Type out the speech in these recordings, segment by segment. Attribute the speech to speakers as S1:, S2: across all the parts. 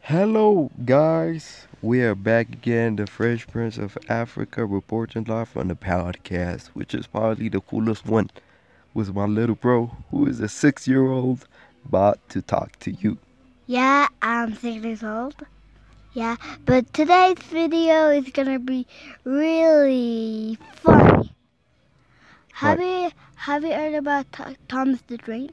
S1: Hello, guys. We are back again, the Fresh Prince of Africa, reporting live from the podcast, which is probably the coolest one, with my little bro, who is a six year old, about to talk to you.
S2: Yeah, I'm six years old. Yeah, but today's video is gonna be really funny. Have you have you heard about Th- Thomas the Train?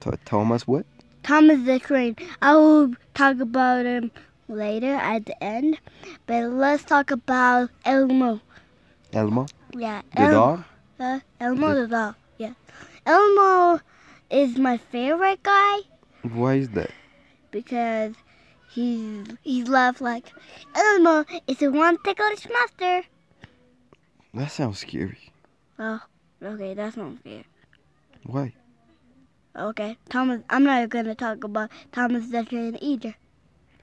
S1: T- Thomas, what?
S2: Thomas the Train. I will talk about him later at the end. But let's talk about Elmo.
S1: Elmo?
S2: Yeah,
S1: The
S2: Elmo.
S1: dog?
S2: Uh, Elmo the dog. Yeah, Elmo is my favorite guy.
S1: Why is that?
S2: because he's he's loved like Elmo is a one ticklish monster.
S1: That sounds scary.
S2: Oh, okay, that's not fair.
S1: Why?
S2: Okay, Thomas, I'm not gonna talk about Thomas the Train either.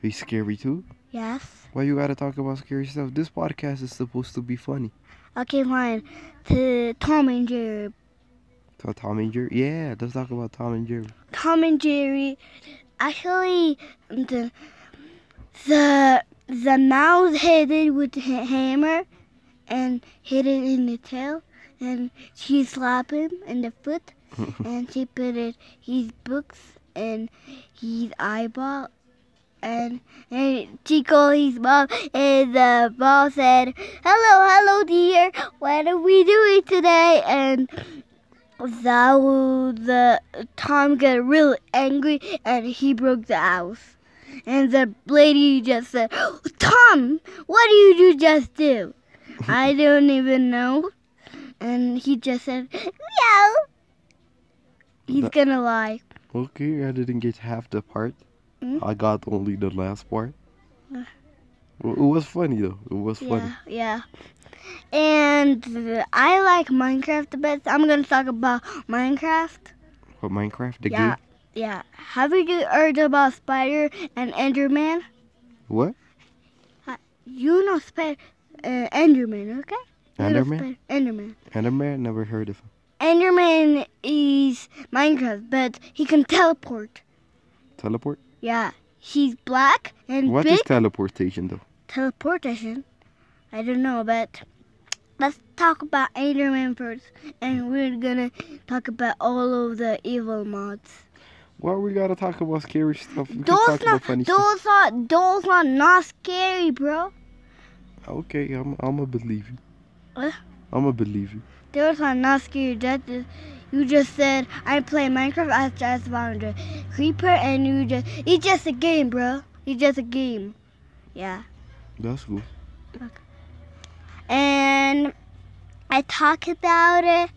S1: He's scary too?
S2: Yes.
S1: Why you gotta talk about scary stuff? This podcast is supposed to be funny.
S2: Okay, fine. To Tom and Jerry.
S1: So Tom and Jerry? Yeah, let's talk about Tom and Jerry.
S2: Tom and Jerry. Actually, the the the mouse hit it with the ha- hammer, and hit it in the tail, and she slapped him in the foot. and she put it his books and his eyeball and, and she called his mom and the mom said hello hello dear what are we doing today and that was the tom got really angry and he broke the house and the lady just said tom what did you just do i don't even know and he just said no he's
S1: That-
S2: gonna lie
S1: Okay, I didn't get half the part.
S2: Mm.
S1: I got only the last part.
S2: Uh.
S1: Well, it was funny though. It was funny.
S2: Yeah, yeah. And uh, I like Minecraft the best. I'm gonna talk about Minecraft.
S1: But Minecraft, the
S2: yeah,
S1: game.
S2: yeah. Have you heard about Spider and Enderman?
S1: What?
S2: You know Spider, uh, Enderman, okay? You know
S1: Enderman?
S2: Spider- Enderman.
S1: Enderman? Never heard of him.
S2: Enderman is Minecraft, but he can teleport.
S1: Teleport?
S2: Yeah, he's black and
S1: What
S2: big.
S1: is teleportation though?
S2: teleportation. I don't know, but let's talk about Enderman first, and we're gonna talk about all of the evil mods.
S1: Why we gotta talk about scary stuff? We can
S2: Those
S1: talk
S2: not,
S1: about funny stuff.
S2: those are, those are not scary, bro.
S1: Okay, I'm I'ma believe you.
S2: What?
S1: I'ma believe you.
S2: Those are not scary. That is, you just said I play Minecraft as just found a creeper, and you just, it's just a game, bro. It's just a game. Yeah.
S1: That's cool.
S2: and I talk about it.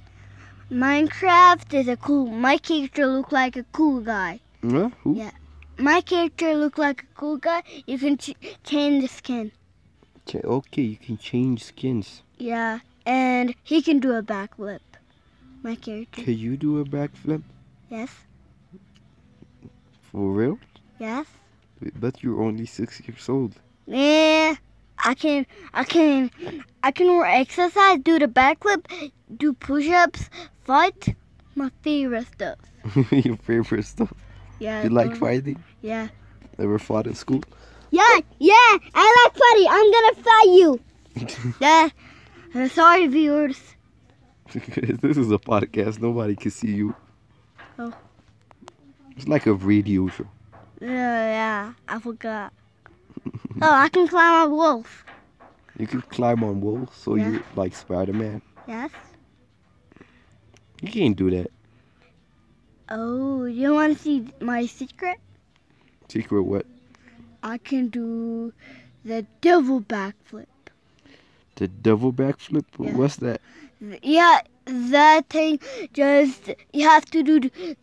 S2: Minecraft is a cool. My character look like a cool guy.
S1: Huh? Who?
S2: Yeah. My character look like a cool guy. You can ch- change the skin.
S1: Ch- okay, you can change skins.
S2: Yeah, and he can do a backflip. My character.
S1: Can you do a backflip?
S2: Yes.
S1: For real?
S2: Yes.
S1: But you're only six years old.
S2: Yeah. I can. I can. I can more exercise. Do the backflip. Do push-ups. Fight. My favorite stuff.
S1: Your favorite stuff.
S2: Yeah.
S1: You like
S2: those-
S1: fighting?
S2: Yeah.
S1: Ever fought in school?
S2: Yeah, yeah, I like fighting. I'm gonna fight you. Yeah, I'm sorry, viewers.
S1: this is a podcast. Nobody can see you.
S2: Oh.
S1: It's like a radio show.
S2: Uh, yeah, I forgot. Oh, I can climb a wolf.
S1: You can climb on walls, so
S2: Yeah.
S1: you like Spider Man.
S2: Yes.
S1: You can't do that.
S2: Oh, you want to see my secret?
S1: Secret what?
S2: I can do the devil backflip.
S1: The double backflip?
S2: Yeah.
S1: What's that?
S2: Yeah, that thing. Just you have to do the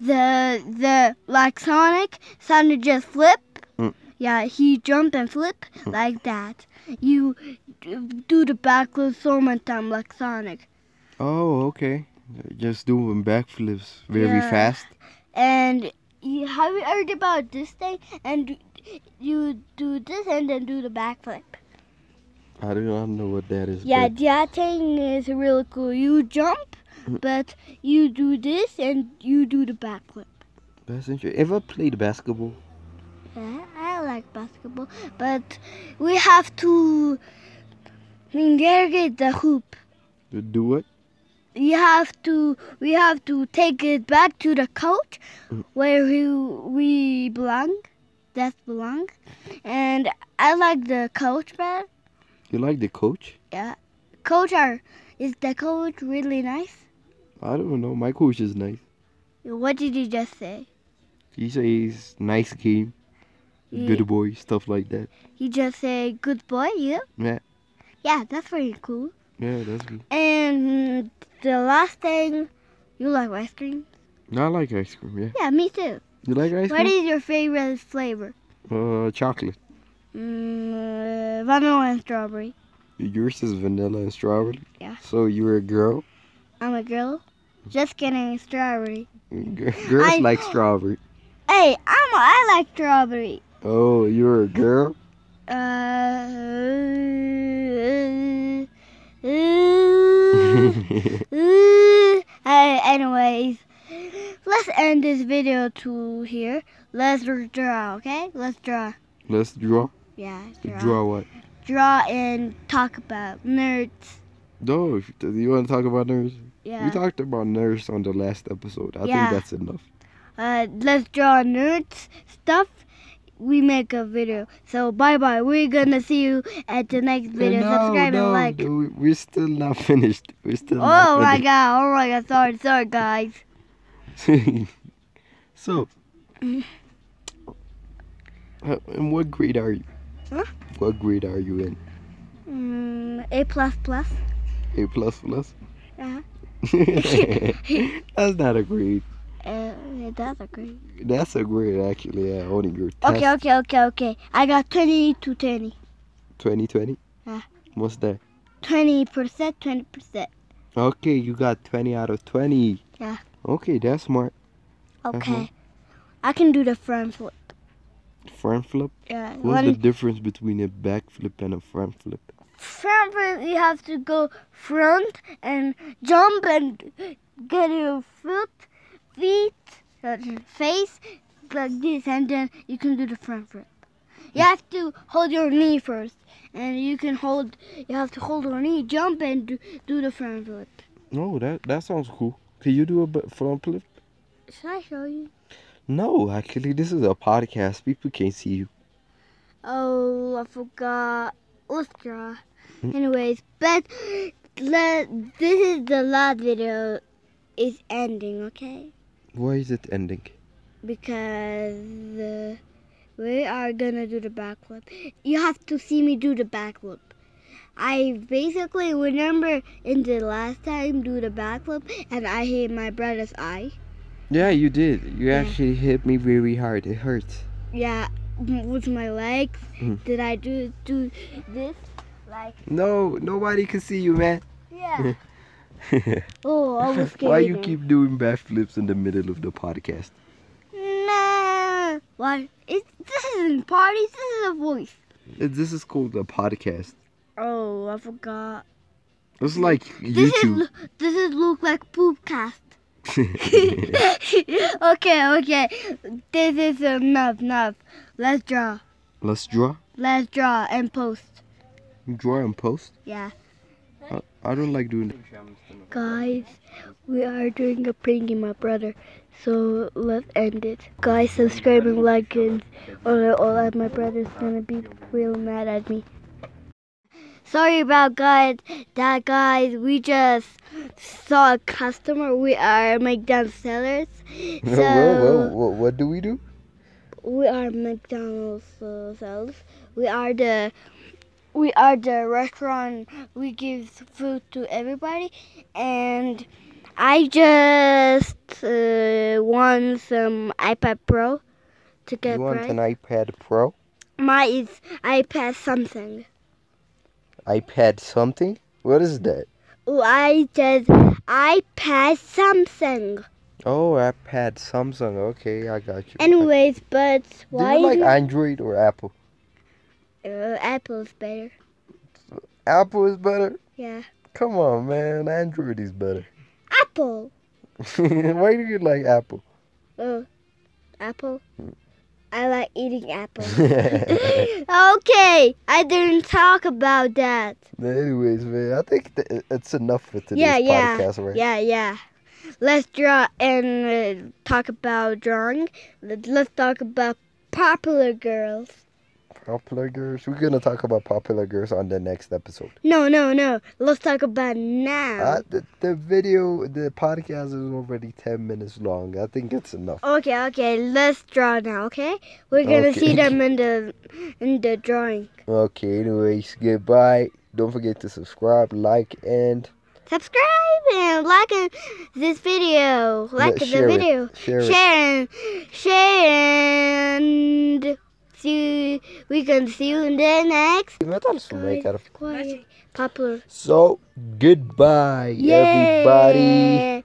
S2: the like Sonic. Sonic just flip.
S1: Mm.
S2: Yeah, he jump and flip like that. You d- do the backflip so many time like Sonic,
S1: Oh, okay. Just doing backflips very
S2: Yeah.
S1: fast.
S2: and you have you heard about this thing? And d- you do this and then do the backflip.
S1: I do not know what that is.
S2: Yeah,
S1: but
S2: that thing is really cool. You jump,
S1: Mm.
S2: but you do this and you do the backflip.
S1: That's interesting. Ever played basketball?
S2: Yeah, I like basketball, but we have to get the hoop.
S1: To do what?
S2: You have to we have to take it back to the coach
S1: Mm.
S2: where we we belong. That belong. And I like the coach better.
S1: You like the coach?
S2: Yeah. Coach are is the coach really nice?
S1: I don't know. My coach is nice.
S2: What did you just say?
S1: He says nice game,
S2: You,
S1: good boy, stuff like that.
S2: you just say good boy, you?
S1: Yeah.
S2: Yeah, that's pretty cool.
S1: Yeah, that's good.
S2: And the last thing, you like ice cream?
S1: I like ice cream. Yeah.
S2: Yeah, me too.
S1: You like ice
S2: What
S1: cream?
S2: is your favorite flavor?
S1: Uh, chocolate.
S2: Mm, uh, vanilla and strawberry.
S1: Yours is vanilla and strawberry.
S2: Yeah.
S1: So you're a girl.
S2: I'm a girl. Just kidding, strawberry.
S1: G- Girls
S2: I-
S1: like strawberry.
S2: Hey, I'm a, I like strawberry.
S1: Oh, you're a girl.
S2: Uh, uh,
S1: yeah,
S2: uh, uh, anyways, let's end this video to here. Let's draw, okay? Let's draw.
S1: let's draw.
S2: Yeah,
S1: Draw what?
S2: draw and talk about nerds.
S1: No, if you, you want to talk about nerds?
S2: Yeah.
S1: We talked about nerds on the last episode. I
S2: Yeah.
S1: think that's enough.
S2: uh, let's draw nerds stuff. We make a video. So bye bye. We're gonna see you at the next video.
S1: no,
S2: Subscribe
S1: no,
S2: and like.
S1: dude, we're still not finished. We're still
S2: Oh
S1: not
S2: my
S1: finished.
S2: god. Oh my god. Sorry, sorry guys.
S1: so, uh, and what grade are you?
S2: Huh?
S1: What grade are you in?
S2: Mm, a plus plus.
S1: A plus plus.
S2: Uh-huh.
S1: That's not a grade.
S2: Uh, that's a great.
S1: That's a grade actually. Yeah, only your test.
S2: Okay, okay, okay, okay. I got 20 to 20.
S1: 2020.
S2: Huh.
S1: What's that?
S2: 20%, 20%.
S1: Okay, you got 20 out of 20.
S2: Yeah.
S1: Okay, that's smart.
S2: Okay.
S1: Uh-huh.
S2: I can do the front flip.
S1: Front flip.
S2: Yeah.
S1: What's
S2: one-
S1: the difference between a back flip and a front flip?
S2: front foot, you have to go front and jump and get your foot, feet, uh, face like this, and then you can do the front flip. You have to hold your knee first, and you can hold. You have to hold your knee, jump, and do, do the front flip.
S1: No, that that sounds cool. Can you do a b- front flip?
S2: Should I show you?
S1: No, actually, this is a podcast. People can't see you.
S2: Oh, I forgot. Let's draw.
S1: Mm.
S2: Anyways, but let, this is the last video. Is ending okay?
S1: Why is it ending?
S2: because uh, we are gonna do the backflip. You have to see me do the backflip. I basically remember in the last time do the backflip and I hit my brother's eye.
S1: Yeah, you did. You
S2: Yeah.
S1: actually hit me very hard. It hurts.
S2: Yeah, m- with my legs.
S1: Mm.
S2: Did I do do this? Like
S1: No, nobody can see you, man.
S2: yeah. Oh, I was
S1: Hmm. Why you
S2: kidding.
S1: keep doing back flips in the middle of the podcast?
S2: No. What? It, this isn't party. This is a voice.
S1: Uh, This is called a podcast.
S2: Oh, I forgot.
S1: It's like
S2: This is
S1: YouTube.
S2: lo- this is look like poopcast. okay, okay. This is enough, enough. Let's draw.
S1: Let's draw.
S2: Let's draw and post.
S1: Draw and post.
S2: Yeah.
S1: I, I don't like doing that.
S2: Guys, we are doing a prank in my brother. So let's end it. Guys, subscribe and like it. Or, or else my brother's gonna be real mad at me. Sorry about guys. That guys, we just saw a customer. We are McDonald's sellers. So
S1: What do we do?
S2: we are McDonald's uh, sales. We are the we are the restaurant. We give food to everybody, and I just uh, won some iPad Pro to get
S1: You want
S2: price.
S1: an iPad Pro?
S2: Mine is iPad something.
S1: iPad something? What is that?
S2: Oh, I said iPad something.
S1: Oh, iPad Samsung. Okay, I got you.
S2: Anyways, but
S1: do
S2: why
S1: you like
S2: is
S1: Android or Apple?
S2: it- uh, Apple's better?
S1: Apple is better.
S2: Yeah,
S1: Come on, man. Android is better.
S2: Apple.
S1: Why do you like Apple?
S2: Oh, Apple. I like eating apples. okay, I didn't talk about that.
S1: But anyways, man, I think that it's enough for today's
S2: Yeah, yeah,
S1: podcast, right?
S2: Yeah, yeah. Let's draw and uh, talk about drawing. Let- Let's talk about popular girls.
S1: Popular girls. We're gonna talk about popular girls on the next episode.
S2: No, no, no. Let's talk about now.
S1: Uh, the, the video, the podcast is already ten minutes long. I think it's enough.
S2: okay, okay. Let's draw now. Okay, we're gonna
S1: Okay.
S2: see them in the in the drawing.
S1: Okay. Anyways, goodbye. Don't forget to subscribe, like, and
S2: Subscribe and like uh, this video. Like the
S1: share it.
S2: video.
S1: share it.
S2: Sharon, Sharon, see, we can see you in the next.
S1: I thought this would make out of-
S2: Quiet, popular.
S1: So goodbye, everybody.
S2: Yeah.